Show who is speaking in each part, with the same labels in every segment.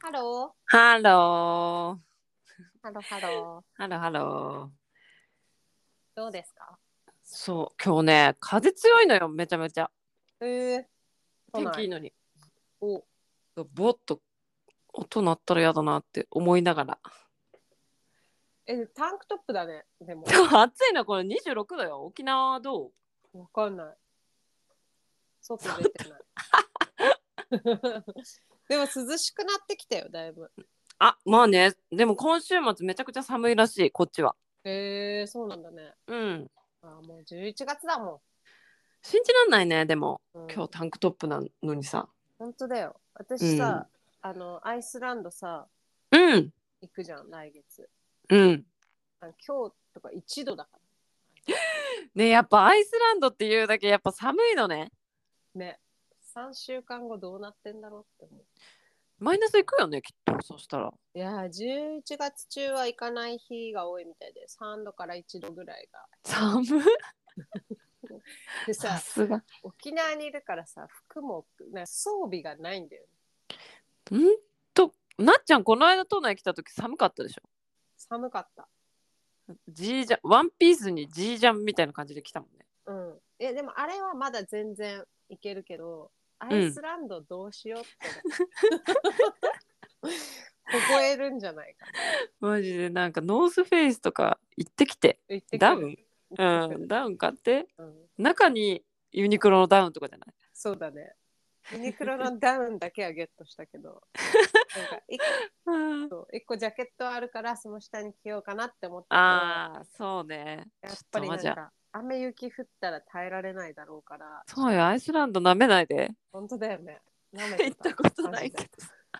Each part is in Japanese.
Speaker 1: ハロ
Speaker 2: ハロ
Speaker 1: ー。ハローハロ
Speaker 2: ー。ハローハロー。
Speaker 1: ー。どうですか
Speaker 2: そう、今日ね、風強いのよ、めちゃめちゃ。
Speaker 1: ええ
Speaker 2: 天気いいのに。
Speaker 1: お
Speaker 2: ぼっと音鳴ったら嫌だなって思いながら。
Speaker 1: え、タンクトップだね。で も、
Speaker 2: 暑いな、これ26度よ。沖縄はどう
Speaker 1: わかんない。外出て ない。でも涼しくなってきたよ、だいぶ。
Speaker 2: あ、まあね、でも今週末めちゃくちゃ寒いらしい、こっちは。
Speaker 1: ええそうなんだね。
Speaker 2: うん。
Speaker 1: あもう11月だも
Speaker 2: 信じらんないね、でも。
Speaker 1: ん。うん、
Speaker 2: 今日タンクトップなのにさ。
Speaker 1: 本当だよ。私さ、あの、アイスランドさ、
Speaker 2: うん、
Speaker 1: 行くじゃん、来月。
Speaker 2: うん。
Speaker 1: あ今日とか1度だから。
Speaker 2: ね、やっぱアイスランドっていうだけやっぱ寒いのね。
Speaker 1: ね。3週間後どうなってんだろうって思う。
Speaker 2: マイナスいくよね、きっと。そしたら。
Speaker 1: いやー11月中は行かない日が多いみたいで3度から1度ぐらいが。
Speaker 2: 寒い。
Speaker 1: で
Speaker 2: さ
Speaker 1: さ
Speaker 2: すが。
Speaker 1: 沖縄にいるからさ服もなんか装備がないんだよ、ね、
Speaker 2: んとなっちゃんこの間都内来た時寒かったでしょ
Speaker 1: 寒かった。
Speaker 2: G ジャンワンピースに G ジャンみたいな感じで来たもんね
Speaker 1: うん、えでもあれはまだ全然行けるけどアイスランドどうしようってなる、凍えるんじゃないかな。
Speaker 2: マジでなんかノースフェイスとか行ってきて
Speaker 1: 行ってくる
Speaker 2: ダウン
Speaker 1: 行って
Speaker 2: う
Speaker 1: くる
Speaker 2: んダウン買って
Speaker 1: うん、
Speaker 2: 中にユニクロのダウンとかじゃない
Speaker 1: そうだね。ユニクロのダウンだけはゲットしたけ どなんか一
Speaker 2: うん
Speaker 1: そう一個ジャケットあるからその下に着ようかなって思って
Speaker 2: ああそうね
Speaker 1: や
Speaker 2: ちょ
Speaker 1: っ
Speaker 2: っ
Speaker 1: ぱ
Speaker 2: と
Speaker 1: りな
Speaker 2: まあ
Speaker 1: ん
Speaker 2: じゃ
Speaker 1: か雨雪降ったら耐えられないだろうから
Speaker 2: そうよアイスランド舐めな いで
Speaker 1: 本当だよね舐め
Speaker 2: 行
Speaker 1: て
Speaker 2: ったたことないけど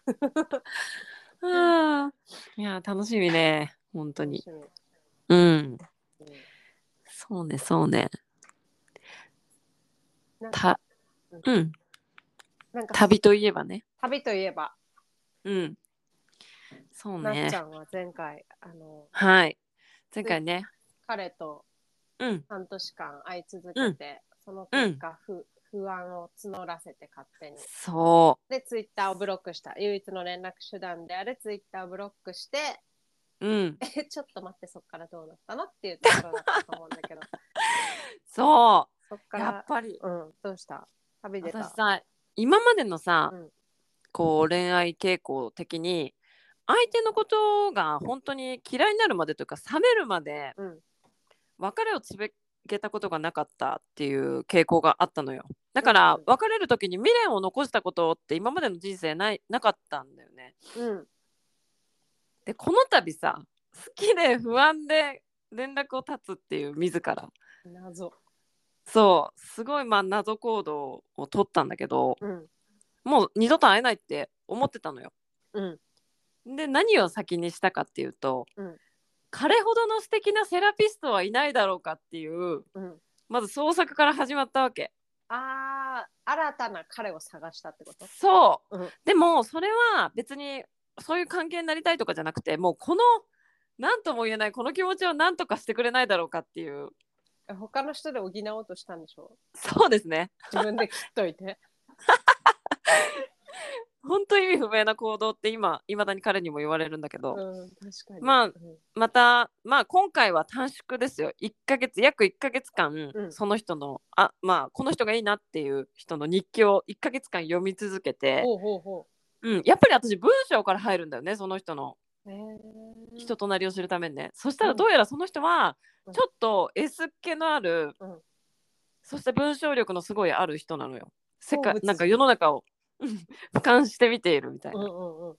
Speaker 2: あーいや楽しみね本当に
Speaker 1: 楽し
Speaker 2: うん
Speaker 1: みうん
Speaker 2: そうねそうね
Speaker 1: なんか
Speaker 2: たうん
Speaker 1: なんか
Speaker 2: 旅といえばね
Speaker 1: 旅といえば、
Speaker 2: うん。そう
Speaker 1: なっ
Speaker 2: ね
Speaker 1: ち。ゃんは前回あの
Speaker 2: はい。前回ね。
Speaker 1: 彼と
Speaker 2: うん。
Speaker 1: 半年間会い続けて、その結果、不不安を募らせて勝手に
Speaker 2: そ
Speaker 1: でツイッターをブロックした唯一の連絡手段であるツイッターをブロックして
Speaker 2: う。うん。
Speaker 1: えちょっと待ってそっからどうなったのっていうところだったと思うんだけ ど
Speaker 2: そ
Speaker 1: そっ
Speaker 2: う。
Speaker 1: か
Speaker 2: や
Speaker 1: ら
Speaker 2: っぱり。
Speaker 1: うんどうした旅出た
Speaker 2: 私さ、今までのさ、
Speaker 1: うん
Speaker 2: こう恋愛傾向的に。相手のことが本当に嫌いになるまでというか冷めるまで
Speaker 1: うん
Speaker 2: 別れをつべけたことがなかったっていう傾向があったのよだから
Speaker 1: うん
Speaker 2: 別れる時に未練を残したことって今までの人生ないなかったんだよね。
Speaker 1: うん
Speaker 2: でこの度さ好きで不安で連絡を絶つっていう自ら
Speaker 1: 謎。
Speaker 2: そうすごいまあ謎行動を取ったんだけど
Speaker 1: うん。
Speaker 2: もう二度と会えないって思ってたのよ。
Speaker 1: うん。
Speaker 2: で何を先にしたかっていうと、
Speaker 1: うん
Speaker 2: 彼ほどの素敵なセラピストはいないだろうかっていう
Speaker 1: うん。
Speaker 2: まず創作から始まったわけ。
Speaker 1: ああ、新たな彼を探したってこと
Speaker 2: そう、
Speaker 1: うん
Speaker 2: でもそれは別にそういう関係になりたいとかじゃなくてもうこの何とも言えないこの気持ちを何とかしてくれないだろうかっていう
Speaker 1: え他の人で補おうとしたんでしょ
Speaker 2: そうですね
Speaker 1: 自分で切っとい て。
Speaker 2: 本当意味不明な行動って今いまだに彼にも言われるんだけ
Speaker 1: う
Speaker 2: ど、
Speaker 1: ん、確かに。
Speaker 2: まあ
Speaker 1: うん、
Speaker 2: また、まあ、今回は短縮ですよ1ヶ月約1ヶ月間、
Speaker 1: うん
Speaker 2: その人のあまあこの人がいいなっていう人の日記を1ヶ月間読み続けて、
Speaker 1: ほうほうほ
Speaker 2: うん、やっぱり私文章から入るんだよねその人の
Speaker 1: う。えー、
Speaker 2: 人となりを知るためにね、そした
Speaker 1: う
Speaker 2: ら
Speaker 1: ん
Speaker 2: どうやらその人は
Speaker 1: うん
Speaker 2: ちょっと S っ気のある、
Speaker 1: うん
Speaker 2: そして文章力のすごいある人なのよ世
Speaker 1: 好
Speaker 2: 界
Speaker 1: 物
Speaker 2: なんか世の中をうん俯瞰して見ているみたいな
Speaker 1: うん。うんうん。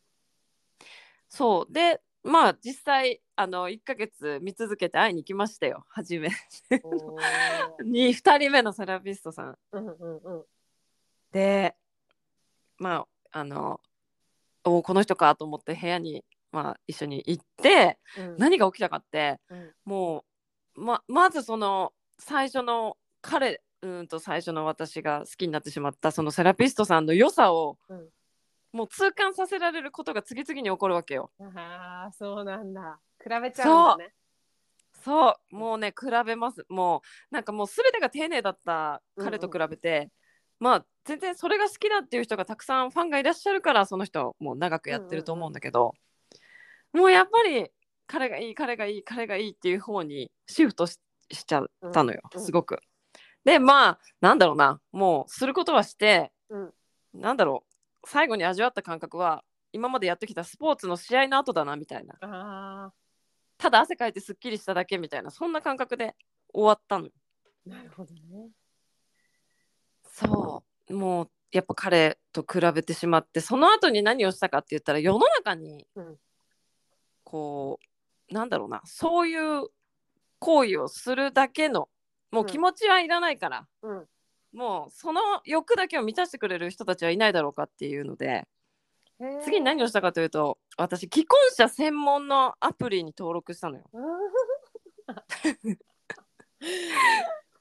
Speaker 2: そうでまあ実際あの1ヶ月見続けて会いに行きましたよ初め
Speaker 1: おー
Speaker 2: に2人目のセラピストさん
Speaker 1: うんうんうん。
Speaker 2: でまああのおこの人かと思って部屋に、まあ、一緒に行って
Speaker 1: うん、
Speaker 2: 何が起きたかって
Speaker 1: うん
Speaker 2: もうままずその最初の彼うんと最初の私が好きになってしまったそのセラピストさんの良さを、
Speaker 1: うん
Speaker 2: もう痛感させられることが次々に起こるわけよ。
Speaker 1: ああ、そうなんだ。比べちゃうんだね。
Speaker 2: そうもうね比べますもうなんかもう全てが丁寧だった彼と比べて、まあ全然それが好きだっていう人がたくさんファンがいらっしゃるからその人もう長くやってると思うんだけど、もうやっぱり彼がいい彼がいい彼がいいっていう方にシフトししちゃったのよ、
Speaker 1: うんうん
Speaker 2: すごく。でまあなんだろうなもうすることはして、
Speaker 1: うん
Speaker 2: なんだろう最後に味わった感覚は今までやってきたスポーツの試合の後だなみたいな
Speaker 1: あ
Speaker 2: ただ汗かいてすっきりしただけみたいなそんな感覚で終わったのよ。
Speaker 1: ーなるほどね。
Speaker 2: そうもうやっぱ彼と比べてしまってその後に何をしたかって言ったら世の中に
Speaker 1: うん
Speaker 2: こうなんだろうなそういう行為をするだけのもう気持ちはいらないから、
Speaker 1: うん
Speaker 2: もうその欲だけを満たしてくれる人たちはいないだろうかっていうので
Speaker 1: へー
Speaker 2: 次に何をしたかというと私既婚者専門のアプリに登録したのよ。
Speaker 1: うん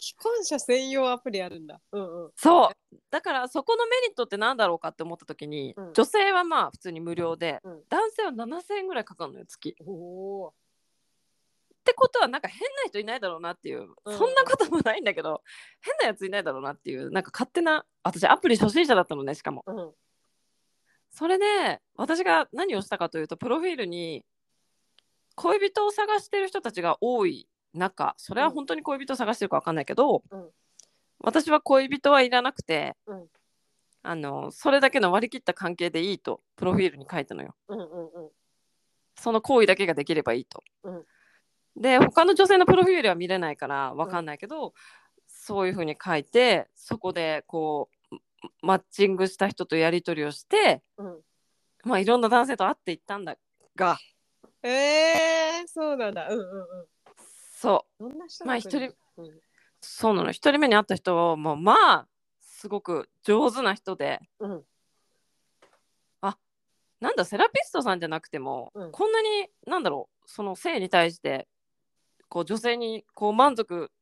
Speaker 1: 既婚者専用アプリあるんだ。うんうん。
Speaker 2: そうだからそこのメリットって何だろうかって思った時に、
Speaker 1: うん
Speaker 2: 女性はまあ普通に無料で、
Speaker 1: うん
Speaker 2: 男性は7,000円ぐらいかかるのよ月。っ
Speaker 1: おお
Speaker 2: てことはなんか変な人いないだろうなっていう、
Speaker 1: うん
Speaker 2: そんなこともないんだけど変なやついないだろうなっていうなんか勝手な私アプリ初心者だったのねしかも。
Speaker 1: ー。うん
Speaker 2: それで私が何をしたかというとプロフィールに恋人を探してる人たちが多い中それは本当に恋人を探してるかわかんないけど、
Speaker 1: うん
Speaker 2: 私は恋人はいらなくて、
Speaker 1: うん
Speaker 2: あのそれだけの割り切った関係でいいとプロフィールに書いたのよ
Speaker 1: うんうんうん。
Speaker 2: その行為だけができればいいと。
Speaker 1: うん
Speaker 2: で他の女性のプロフィールは見れないからわかんないけど、そういうふうに書いてそこでこうマッチングした人とやり取りをして、
Speaker 1: うん
Speaker 2: まあいろんな男性と会っていったんだが
Speaker 1: えー、そうなんだ。うんうんうん。
Speaker 2: そ
Speaker 1: どんな人
Speaker 2: まあ
Speaker 1: が来るの
Speaker 2: 一、
Speaker 1: うん
Speaker 2: うそうなの一人目に会った人もまあすごく上手な人で
Speaker 1: うん
Speaker 2: なんだセラピストさんじゃなくても、
Speaker 1: うん
Speaker 2: こんなになんだろうその性に対してこう女性にこう満足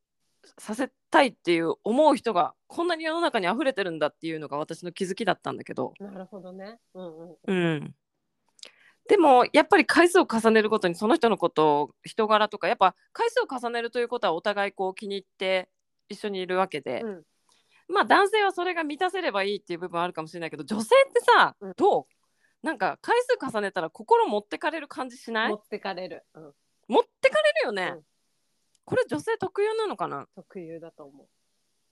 Speaker 2: させたいっていう思う人がこんなに世の中に溢れてるんだっていうのが私の気づきだったんだけど、
Speaker 1: なるほどね。うんうん。
Speaker 2: うん、でもやっぱり回数を重ねることにその人のことを人柄とかやっぱ回数を重ねるということはお互いこう気に入って一緒にいるわけで、
Speaker 1: うん
Speaker 2: まあ男性はそれが満たせればいいっていう部分はあるかもしれないけど女性ってさ、
Speaker 1: うん
Speaker 2: どうなんか回数重ねたら心持ってかれる感じしない
Speaker 1: 持ってかれる。うん。
Speaker 2: 持ってかれるよね、
Speaker 1: うん
Speaker 2: これ女性特有なのかな
Speaker 1: 特有だと思う。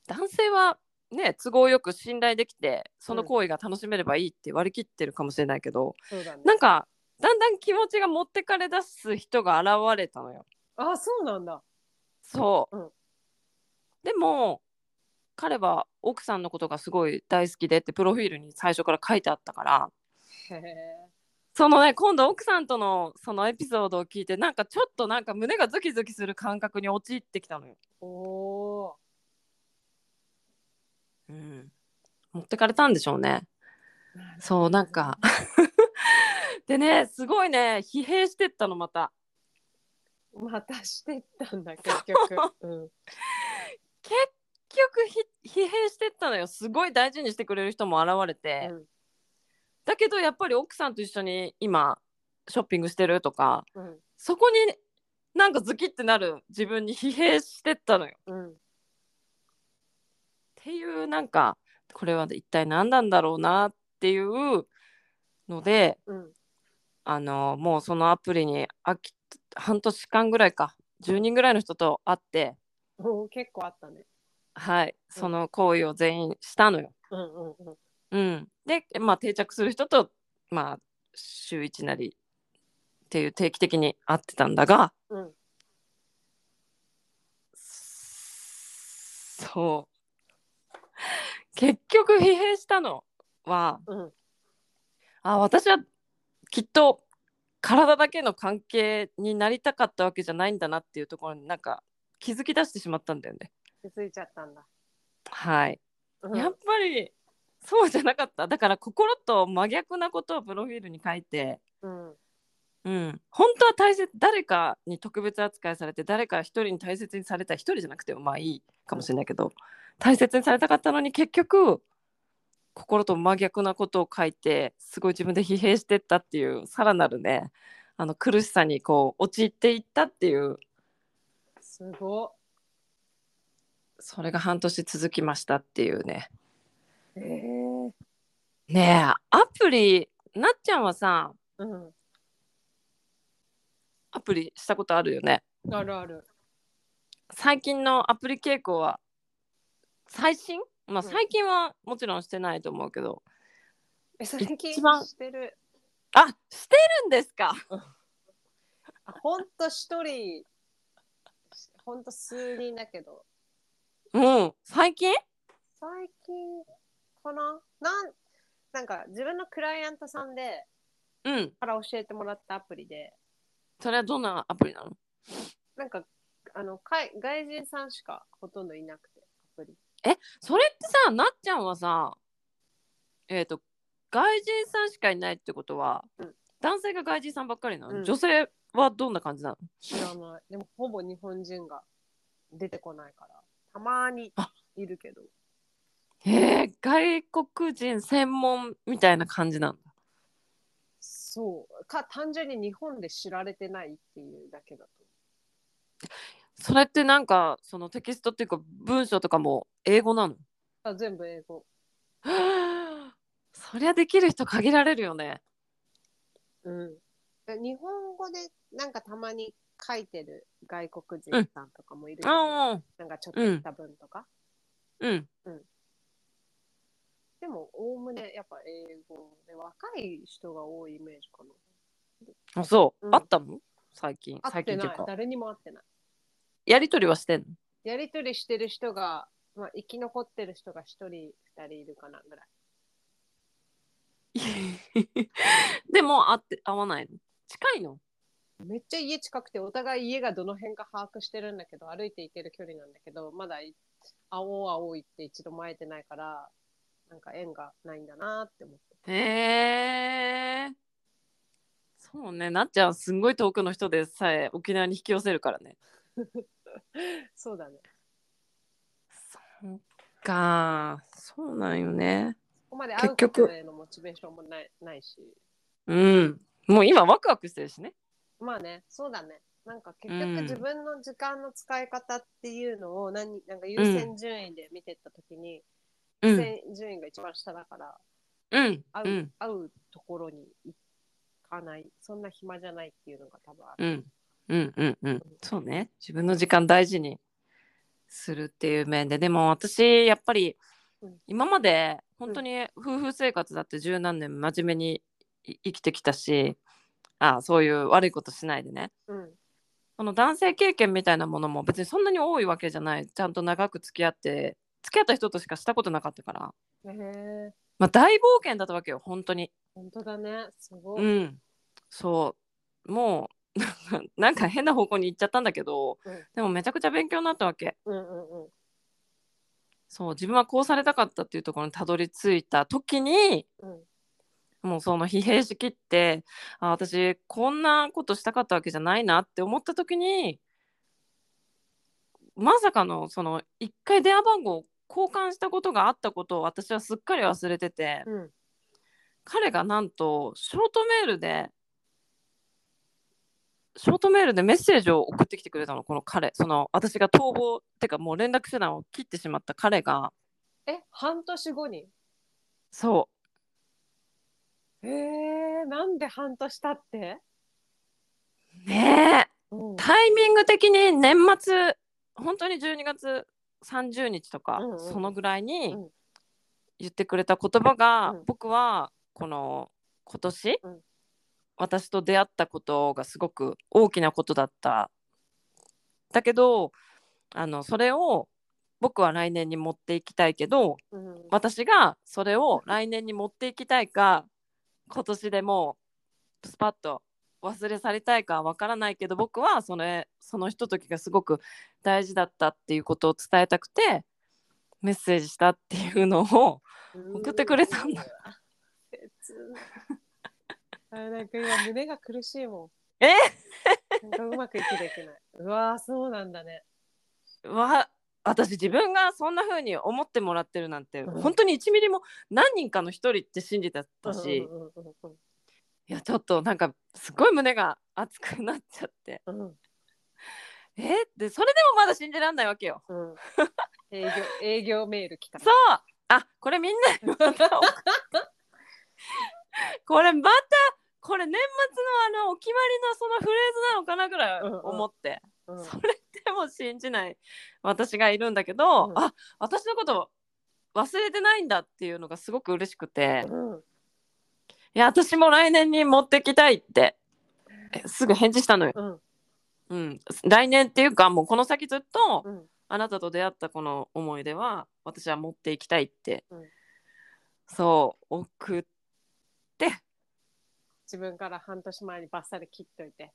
Speaker 2: 男性はね都合よく信頼できてその
Speaker 1: うん
Speaker 2: 行為が楽しめればいいって割り切ってるかもしれないけど、
Speaker 1: そうだね。
Speaker 2: なんかだんだん気持ちが持ってかれ出す人が現れたのよ。
Speaker 1: あ、そうなんだ。
Speaker 2: そう、
Speaker 1: うん
Speaker 2: でも彼は奥さんのことがすごい大好きでってプロフィールに最初から書いてあったから
Speaker 1: へえ。
Speaker 2: そのね今度奥さんとのそのエピソードを聞いてなんかちょっとなんか胸がズキズキする感覚に陥ってきたのよ。
Speaker 1: おお
Speaker 2: うん、持ってかれたんでしょうね。
Speaker 1: ー。なるほ
Speaker 2: そうなんか でねすごいね疲弊してったのまた。
Speaker 1: どまたしてったんだ結局。 うん。
Speaker 2: 結局ひ疲弊してったのよすごい大事にしてくれる人も現れて、
Speaker 1: うん
Speaker 2: だけどやっぱり奥さんと一緒に今ショッピングしてるとか
Speaker 1: うん
Speaker 2: そこになんかズキってなる自分に疲弊してったのよ
Speaker 1: うん。
Speaker 2: っていうなんかこれは一体何なんだろうなっていうので
Speaker 1: うん。
Speaker 2: あのもうそのアプリに飽き半年間ぐらいか10人ぐらいの人と会って
Speaker 1: おお結構あったね。
Speaker 2: はいその行為を全員したのよ。
Speaker 1: うんうんうん。
Speaker 2: うん、で、まあ、定着する人と、まあ、週1なりっていう定期的に会ってたんだが
Speaker 1: うん。
Speaker 2: そう結局疲弊したのは
Speaker 1: うん。
Speaker 2: あ私はきっと体だけの関係になりたかったわけじゃないんだなっていうところになんか気づき出してしまったんだよね。
Speaker 1: 気づいちゃったんだ。
Speaker 2: はい
Speaker 1: うん
Speaker 2: やっぱりそうじゃなかっただから心と真逆なことをプロフィールに書いて、
Speaker 1: うん。
Speaker 2: うん、本当は大切誰かに特別扱いされて誰か一人に大切にされたい一人じゃなくてもまあいいかもしれないけど、大切にされたかったのに結局心と真逆なことを書いてすごい自分で疲弊してったっていうさらなるねあの苦しさにこう陥っていったっていう
Speaker 1: すごっ。
Speaker 2: それが半年続きましたっていうね
Speaker 1: へえ。
Speaker 2: ねえアプリなっちゃんはさ
Speaker 1: うん。
Speaker 2: アプリしたことあるよね
Speaker 1: あるある。
Speaker 2: 最近のアプリ傾向は最新まあ
Speaker 1: うん
Speaker 2: 最近はもちろんしてないと思うけど、
Speaker 1: え、最近
Speaker 2: 一番
Speaker 1: してる。
Speaker 2: あしてるんですか
Speaker 1: あ、ほんと一人、ほんと数人だけど、
Speaker 2: うん最近
Speaker 1: 最近かななん、なんか自分のクライアントさんで、
Speaker 2: うん
Speaker 1: から教えてもらったアプリで、
Speaker 2: それはどんなアプリなの
Speaker 1: なんか、あの、外外人さんしかほとんどいなくて、アプリ。
Speaker 2: それってさなっちゃんはさえっ、と外人さんしかいないってことは、
Speaker 1: うん
Speaker 2: 男性が外人さんばっかりなの、
Speaker 1: うん
Speaker 2: 女性はどんな感じなの
Speaker 1: 知らない。でも、ほぼ日本人が出てこないから、たまにいるけど。
Speaker 2: へえ外国人専門みたいな感じなんだ
Speaker 1: そう。か、単純に日本で知られてないっていうだけだと。
Speaker 2: それってなんかそのテキストっていうか文章とかも英語なの
Speaker 1: あ全部英語。
Speaker 2: はあ そりゃできる人限られるよね
Speaker 1: うん。で日本語でなんかたまに書いてる外国人さんとかもいるけど、
Speaker 2: あ
Speaker 1: なんかちょっとした文とか。
Speaker 2: うんうん
Speaker 1: でも、おおむねやっぱ英語で若い人が多いイメージかな。
Speaker 2: あそう、
Speaker 1: うん
Speaker 2: あったの最近
Speaker 1: 会っ
Speaker 2: 最
Speaker 1: て
Speaker 2: 近
Speaker 1: な
Speaker 2: ってい
Speaker 1: いう
Speaker 2: か
Speaker 1: 誰にも会ってない
Speaker 2: やりとりはしてんの
Speaker 1: やりとりしてる人が、まあ、生き残ってる人が1人2人いるかなぐらい
Speaker 2: でも会って会わないの近いの
Speaker 1: めっちゃ家近くてお互い家がどの辺か把握してるんだけど歩いて行ける距離なんだけどまだい青青いって一度も会えてないからなんか縁がないんだなって思って
Speaker 2: へえそうねなっちゃんすんごい遠くの人でさえ沖縄に引き寄せるからね
Speaker 1: そうだね
Speaker 2: そっかそうなんよね
Speaker 1: ここまで会う
Speaker 2: 結
Speaker 1: こ
Speaker 2: 局
Speaker 1: とへのモチベーションもないないし
Speaker 2: うんもう今ワクワクしてるしね
Speaker 1: まあねそうだねなんか結
Speaker 2: うん
Speaker 1: 局自分の時間の使い方っていうのを何なんか優先順位で見てった時に、
Speaker 2: う
Speaker 1: 優
Speaker 2: ん
Speaker 1: 先順位が一番下だから、
Speaker 2: うん
Speaker 1: 会う,、
Speaker 2: うん
Speaker 1: 会うところに行かないそんな暇じゃないっていうのが多分あ
Speaker 2: う
Speaker 1: る、
Speaker 2: んうんうんうんそうね自分の時間大事にするっていう面ででも私やっぱり
Speaker 1: うん
Speaker 2: 今まで本当に夫婦生活だって十何年真面目にい生きてきたしあそういう悪いことしないでね
Speaker 1: うん
Speaker 2: その男性経験みたいなものも別にそんなに多いわけじゃないちゃんと長く付き合って付き合った人としかしたことなかったから、
Speaker 1: へえ
Speaker 2: まあ、大冒険だったわけよ本当に
Speaker 1: 本当だねすごい、
Speaker 2: う
Speaker 1: うん
Speaker 2: ん、そうもう なんか変な方向に行っちゃったんだけど、
Speaker 1: うん
Speaker 2: でもめちゃくちゃ勉強になったわけ
Speaker 1: うんうん
Speaker 2: そう自分はこうされたかったっていうところにたどり着いた時に
Speaker 1: うん
Speaker 2: もうその疲弊しきってあ私こんなことしたかったわけじゃないなって思った時にまさかのその一回電話番号を交換したことがあったことを私はすっかり忘れてて、
Speaker 1: うん
Speaker 2: 彼がなんとショートメールでショートメールでメッセージを送ってきてくれたのこの彼その私が逃亡ってかもう連絡手段を切ってしまった彼が
Speaker 1: え半年後に
Speaker 2: そ
Speaker 1: へえなんで半年経って、
Speaker 2: うねえ
Speaker 1: うん、うん
Speaker 2: タイミング的に年末本当に12月30日とか、
Speaker 1: うんうん
Speaker 2: そのぐらいに
Speaker 1: うん
Speaker 2: 言ってくれた言葉が、
Speaker 1: うん
Speaker 2: 僕はこの今年、
Speaker 1: うん
Speaker 2: 私と出会ったことがすごく大きなことだっただけどあのそれを僕は来年に持っていきたいけど
Speaker 1: うん
Speaker 2: 私がそれを来年に持っていきたいか今年でもうスパッと忘れ去りたいかわからないけど僕はそれそのひとときがすごく大事だったっていうことを伝えたくてメッセージしたっていうのを送ってくれたん
Speaker 1: う
Speaker 2: だ
Speaker 1: わ切ないあなんか今胸が苦しいもん
Speaker 2: え
Speaker 1: なんかうまく息できないうわーそうなんだね
Speaker 2: わ私自分がそんな風に思ってもらってるなんて、
Speaker 1: うん
Speaker 2: 本当に1ミリも何人かの一人って信じてたし、い
Speaker 1: うんうんうん
Speaker 2: やちょっとなんかすごい胸が熱くなっちゃって
Speaker 1: うんうん
Speaker 2: えーってそれでもまだ信じらんないわけよ。
Speaker 1: うん営業営業メール来た。
Speaker 2: そうあこれみんなにまたこれまたこれ年末のあのお決まりのそのフレーズなのかなぐらい思って、
Speaker 1: うん
Speaker 2: それでも信じない私がいるんだけど、
Speaker 1: うん
Speaker 2: あ私のこと忘れてないんだっていうのがすごく嬉しくて
Speaker 1: うん
Speaker 2: いや私も来年に持ってきたいってえすぐ返事したのよ、
Speaker 1: うん
Speaker 2: うん、来年っていうかもうこの先ずっと、
Speaker 1: うん
Speaker 2: あなたと出会ったこの思い出は私は持っていきたいって、
Speaker 1: うん
Speaker 2: そう送っ
Speaker 1: 自分から半年前にバッサリ切っといて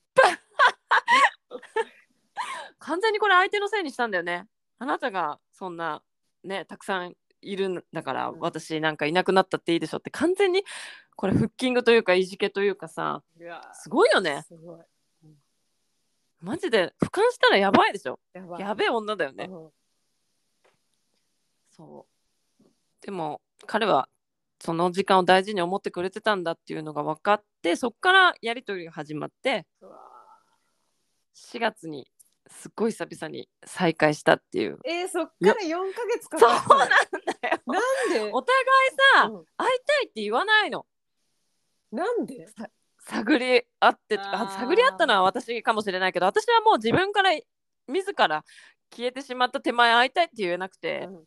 Speaker 2: 完全にこれ相手のせいにしたんだよねあなたがそんなねたくさんいるんだから、
Speaker 1: うん
Speaker 2: 私なんかいなくなったっていいでしょって完全にこれフッキングというかいじけというかさ
Speaker 1: うわー
Speaker 2: すごいよね
Speaker 1: すごい
Speaker 2: マジで俯瞰したらやばいでしょ
Speaker 1: やばい
Speaker 2: やべえ女だよね、
Speaker 1: うん
Speaker 2: そうでも彼はその時間を大事に思ってくれてたんだっていうのが分かってそっからやり取りが始まって
Speaker 1: うわ
Speaker 2: 4月にすっごい久々に再会したっていう。
Speaker 1: ーえー、そっから四ヶ月か
Speaker 2: そ
Speaker 1: か
Speaker 2: うなん
Speaker 1: ったの
Speaker 2: だよ。
Speaker 1: なんで
Speaker 2: お互いさ、
Speaker 1: うん
Speaker 2: 会いたいって言わないの。
Speaker 1: なんで
Speaker 2: 探り合ってとか
Speaker 1: あー
Speaker 2: あ探り合ったのは私かもしれないけど私はもう自分から自ら消えてしまった手前会いたいって言えなくて、
Speaker 1: うん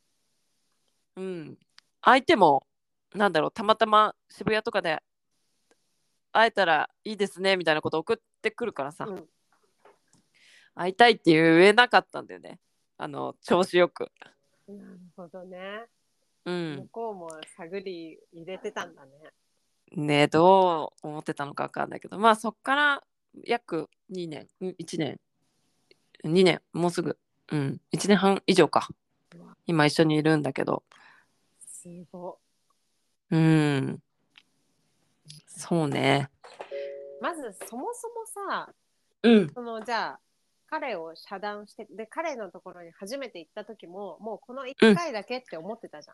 Speaker 2: うん相手もなんだろうたまたま渋谷とかで会えたらいいですねみたいなこと送ってくるからさ、
Speaker 1: うん
Speaker 2: 会いたいって言えなかったんだよねあの調子よく。
Speaker 1: なるほどね、
Speaker 2: うん
Speaker 1: 向こうも探り入れてたんだね
Speaker 2: ねどう思ってたのか分かんないけどまあそっから約2年1年2年もうすぐうん1年半以上か今一緒にいるんだけど
Speaker 1: すご
Speaker 2: うんそうね
Speaker 1: いまずそもそもさ
Speaker 2: うん
Speaker 1: そのじゃあ彼を遮断してで彼のところに初めて行った時ももうこの1回だけって思ってたじゃ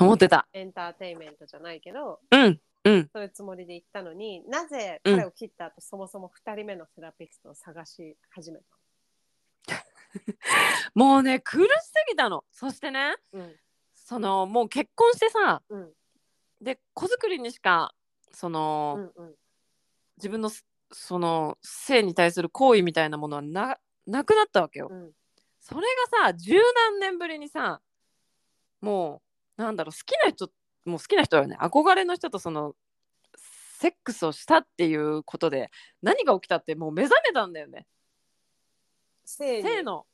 Speaker 1: ん、
Speaker 2: 思ってた
Speaker 1: エンターテインメントじゃないけど
Speaker 2: うんうん
Speaker 1: そういうつもりで行ったのになぜ
Speaker 2: うん
Speaker 1: 彼を切った後、そもそも2人目のセラピストを探し始めた
Speaker 2: もうね苦しすぎたのそしてね
Speaker 1: の
Speaker 2: そのもう結婚してさ
Speaker 1: うんうん
Speaker 2: で子作りにしかその、
Speaker 1: うんうん
Speaker 2: 自分のその性に対する行為みたいなものはななくなったわけよ
Speaker 1: うん
Speaker 2: それがさ十何年ぶりにさもうなんだろう好きな人もう好きな人だよね憧れの人とそのセックスをしたっていうことで何が起きたってもう目覚めたんだよね
Speaker 1: 性に
Speaker 2: 性の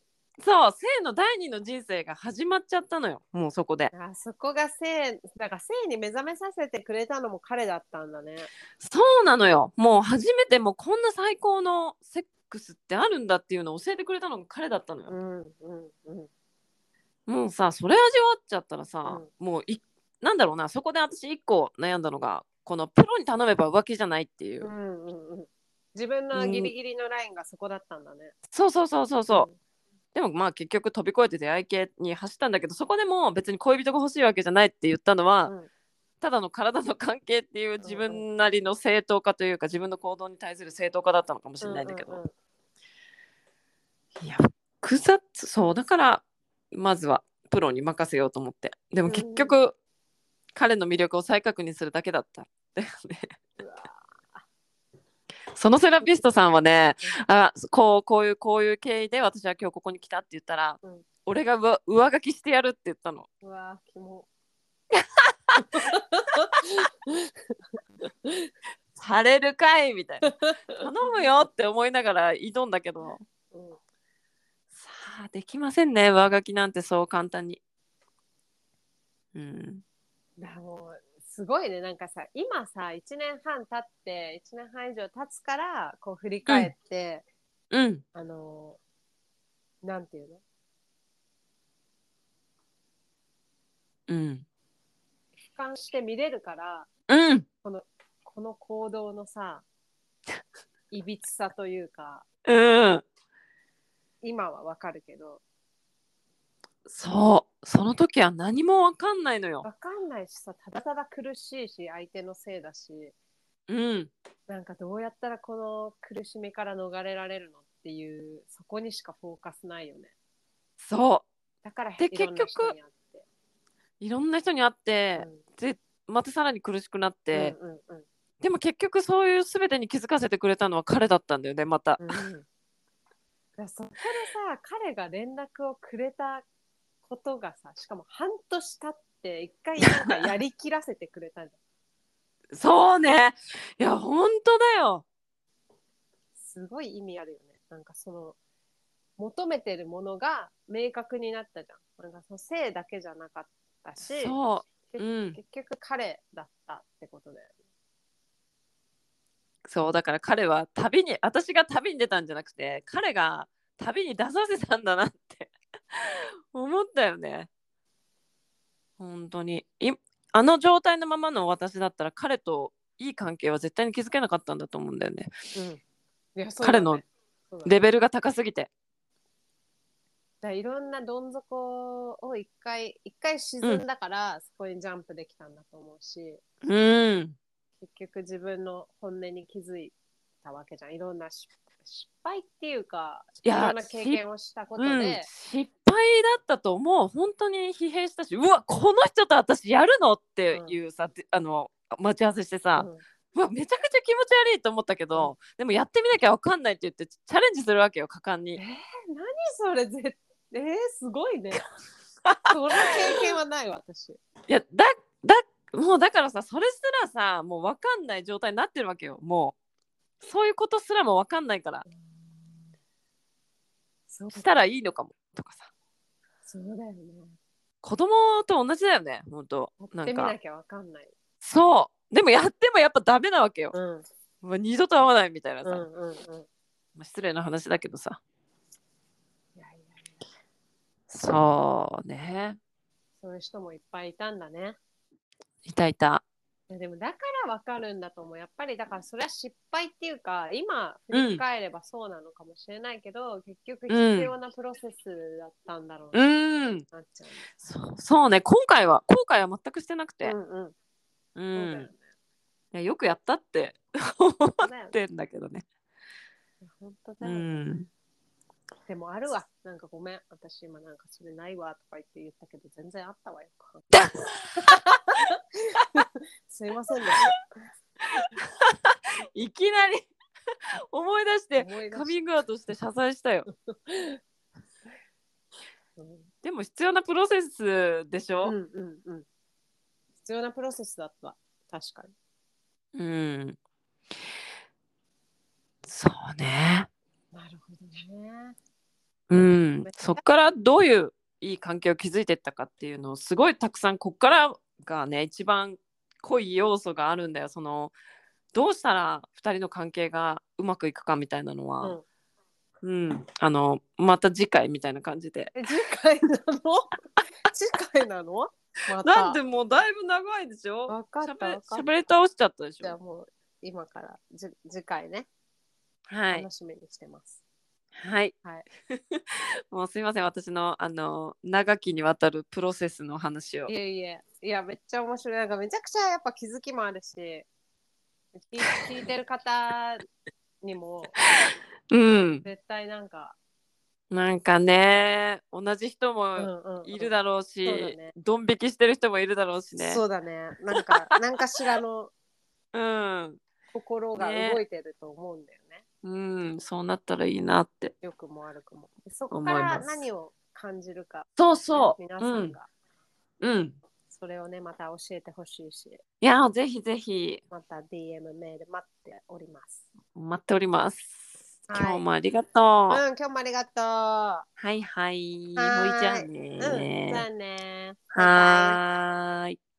Speaker 2: そう性の第二の人生が始まっちゃったのよもうそこで
Speaker 1: あそこが性だから性に目覚めさせてくれたのも彼だったんだね
Speaker 2: そうなのよもう初めてもうこんな最高のセックスってあるんだっていうのを教えてくれたのが彼だったのよ
Speaker 1: うんうんうん
Speaker 2: もうさそれ味わっちゃったらさ、もういなんだろうなそこで私一個悩んだのがこのプロに頼めば浮気じゃないっていう、
Speaker 1: うんうんうん自分のギリギリのラインがそこだったんだね。
Speaker 2: そうそうそうそうそうでもまあ結局飛び越えて出会い系に走ったんだけどそこでも別に恋人が欲しいわけじゃないって言ったのは、
Speaker 1: うん
Speaker 2: ただの体の関係っていう自分なりの正当化というか自分の行動に対する正当化だったのかもしれないんだけど、
Speaker 1: うんうんうん
Speaker 2: いや複雑そうだからまずはプロに任せようと思ってでも結局、彼の魅力を再確認するだけだったんだよね
Speaker 1: うわ
Speaker 2: そのセラピストさんはねあこうこういうこういう経緯で私は今日ここに来たって言ったら、
Speaker 1: うん
Speaker 2: 俺が上上書きしてやるって言ったの
Speaker 1: うわー、キモ。
Speaker 2: されるかいみた いな頼むよって思いながら挑んだけど
Speaker 1: うん
Speaker 2: さあできませんね上書きなんてそう簡単にうん
Speaker 1: いやもうすごいねなんかさ今さ1年半経って1年半以上経つからこう振り返って、
Speaker 2: うん
Speaker 1: あのーなんていうの
Speaker 2: うん
Speaker 1: 俯瞰して見れるから
Speaker 2: うん
Speaker 1: この行動の さいびつさというか
Speaker 2: うん
Speaker 1: 今はわかるけど
Speaker 2: そうその時は何もわかんないのよ
Speaker 1: わかんないしさただただ苦しいし相手のせいだし
Speaker 2: うん
Speaker 1: なんかどうやったらこの苦しみから逃れられるのっていうそこにしかフォーカスないよね
Speaker 2: そう
Speaker 1: だから
Speaker 2: で
Speaker 1: いろんな人
Speaker 2: 結局
Speaker 1: に会って
Speaker 2: いろんな人に会って
Speaker 1: うん
Speaker 2: またさらに苦しくなって、
Speaker 1: うんうんうん
Speaker 2: でも結局そういう全てに気づかせてくれたのは彼だったんだよねまた、
Speaker 1: うんうんいやそこでさ彼が連絡をくれたことがさしかも半年経って一回なんかやりきらせてくれたんだ
Speaker 2: そうねいや本当だよ
Speaker 1: すごい意味あるよねなんかその求めてるものが明確になったじゃんなんかその性だけじゃなかったし
Speaker 2: そ
Speaker 1: 結
Speaker 2: ううん
Speaker 1: 結局彼だったってことだよ
Speaker 2: そうだから彼は旅に私が旅に出たんじゃなくて彼が旅に出させたんだなって 思ったよね本当にいあの状態のままの私だったら彼といい関係は絶対に築けなかったんだと思うんだよね
Speaker 1: ね、いやそうだね
Speaker 2: 彼の
Speaker 1: そうだね
Speaker 2: レベルが高すぎて
Speaker 1: だからいろんなどん底を一回一回沈んだから、そこにジャンプできたんだと思うし
Speaker 2: うん
Speaker 1: 結局自分の本音に気づいたわけじゃんいろんな失失敗っていうか
Speaker 2: いや
Speaker 1: ろんな経験をしたことで、
Speaker 2: うん、失敗だったと思う本当に疲弊したしうわこの人と私やるのっていうさ、であの待ち合わせしてさ、
Speaker 1: うん
Speaker 2: うわめちゃくちゃ気持ち悪いと思ったけど、でもやってみなきゃわかんないって言ってチャレンジするわけよ果敢に
Speaker 1: え何それ絶えー、すご いねその経験はないわ私
Speaker 2: いやだだもうだからさそれすらさもうわかんない状態になってるわけよもうそういうことすらもわかんないから
Speaker 1: そう
Speaker 2: したらいいのかもとかさ
Speaker 1: そうだよね
Speaker 2: 子供と同じだよね本当
Speaker 1: や
Speaker 2: な
Speaker 1: って
Speaker 2: ん
Speaker 1: みな
Speaker 2: か
Speaker 1: きゃわかんない
Speaker 2: そうでもやってもやっぱダメなわけよ、
Speaker 1: うんうん
Speaker 2: もう二度と会わないみたいなさ、
Speaker 1: うんうん
Speaker 2: まあ失礼な話だけどさ
Speaker 1: いやいや
Speaker 2: そうね
Speaker 1: そういう人もいっぱいいたんだね
Speaker 2: いたいた
Speaker 1: いやでもだからわかるんだと思う。やっぱりだからそれは失敗っていうか、今振り返ればそうなのかもしれないけど、結局必要なプロセスだったんだろう
Speaker 2: う
Speaker 1: な、
Speaker 2: ーん
Speaker 1: なっちゃうね。
Speaker 2: そうそうね今回は後悔は全くしてなくて
Speaker 1: うんうん。そうだ
Speaker 2: うん、
Speaker 1: よ
Speaker 2: い
Speaker 1: ね。
Speaker 2: やよくやったって思
Speaker 1: そう
Speaker 2: っ
Speaker 1: だよね
Speaker 2: てんだけどね
Speaker 1: 本当
Speaker 2: う
Speaker 1: だよね、
Speaker 2: ん
Speaker 1: でもあるわ。なんかごめん。私今なんかそれないわとか言って言ったけど、全然あ ったわよ。すいませんでし。
Speaker 2: いきなり 思い出したて
Speaker 1: 思い出
Speaker 2: カ
Speaker 1: し
Speaker 2: ミングアウトして謝罪したよ
Speaker 1: たうん
Speaker 2: でも必要なプロセスでし
Speaker 1: う
Speaker 2: ょ
Speaker 1: んうんうん。必要なプロセスだった。確かに。
Speaker 2: うん、そうね
Speaker 1: なるほどね。
Speaker 2: うん、そっからどういういい関係を築いていったかっていうのをすごいたくさんこっからがね一番濃い要素があるんだよそのどうしたら2人の関係がうまくいくかみたいなの
Speaker 1: う
Speaker 2: は、
Speaker 1: ん。
Speaker 2: うんあのまた次回みたいな感じで。
Speaker 1: え次回なの次回なのまた
Speaker 2: なんでもうだいぶ長いでしょ
Speaker 1: わかっ
Speaker 2: しゃ
Speaker 1: た
Speaker 2: べ
Speaker 1: わかった
Speaker 2: しゃべり倒しちゃったでし
Speaker 1: じゃあ
Speaker 2: ょ
Speaker 1: もう今からじ次回ね
Speaker 2: はい
Speaker 1: 楽しみにしてます、
Speaker 2: はい、
Speaker 1: はい
Speaker 2: もうすいません私のあの長きにわたるプロセスの話を
Speaker 1: い、えいえいやめっちゃ面白いなんかめちゃくちゃやっぱ気づきもあるし聞い 聞いてる方にも
Speaker 2: うん、
Speaker 1: 絶対なんか、
Speaker 2: なんかね同じ人も、
Speaker 1: うんうんうん
Speaker 2: いるだろうし、
Speaker 1: そうだね
Speaker 2: ドン引きしてる人もいるだろうしね。
Speaker 1: そうだねなん か何かしらの
Speaker 2: うん、
Speaker 1: 心が
Speaker 2: ね
Speaker 1: 動いてると思うんだよね
Speaker 2: うん、そうなったらいいなって。
Speaker 1: 良くも悪くもそこか
Speaker 2: 思い
Speaker 1: ら
Speaker 2: ます
Speaker 1: 何を感じるか、
Speaker 2: そうそう。
Speaker 1: 皆
Speaker 2: う
Speaker 1: さん
Speaker 2: ん、
Speaker 1: が
Speaker 2: うん。
Speaker 1: それをねまた教えてほしいし
Speaker 2: いや、ぜひぜひ
Speaker 1: また DM メール待っております。
Speaker 2: 待っております。
Speaker 1: はい
Speaker 2: 今日もありがとう。
Speaker 1: うん
Speaker 2: は、
Speaker 1: 今日もありがと
Speaker 2: いはい。
Speaker 1: はーい
Speaker 2: ほいじゃあ
Speaker 1: う。うん、じゃあ
Speaker 2: ね。
Speaker 1: ね。バイバイ
Speaker 2: はーい。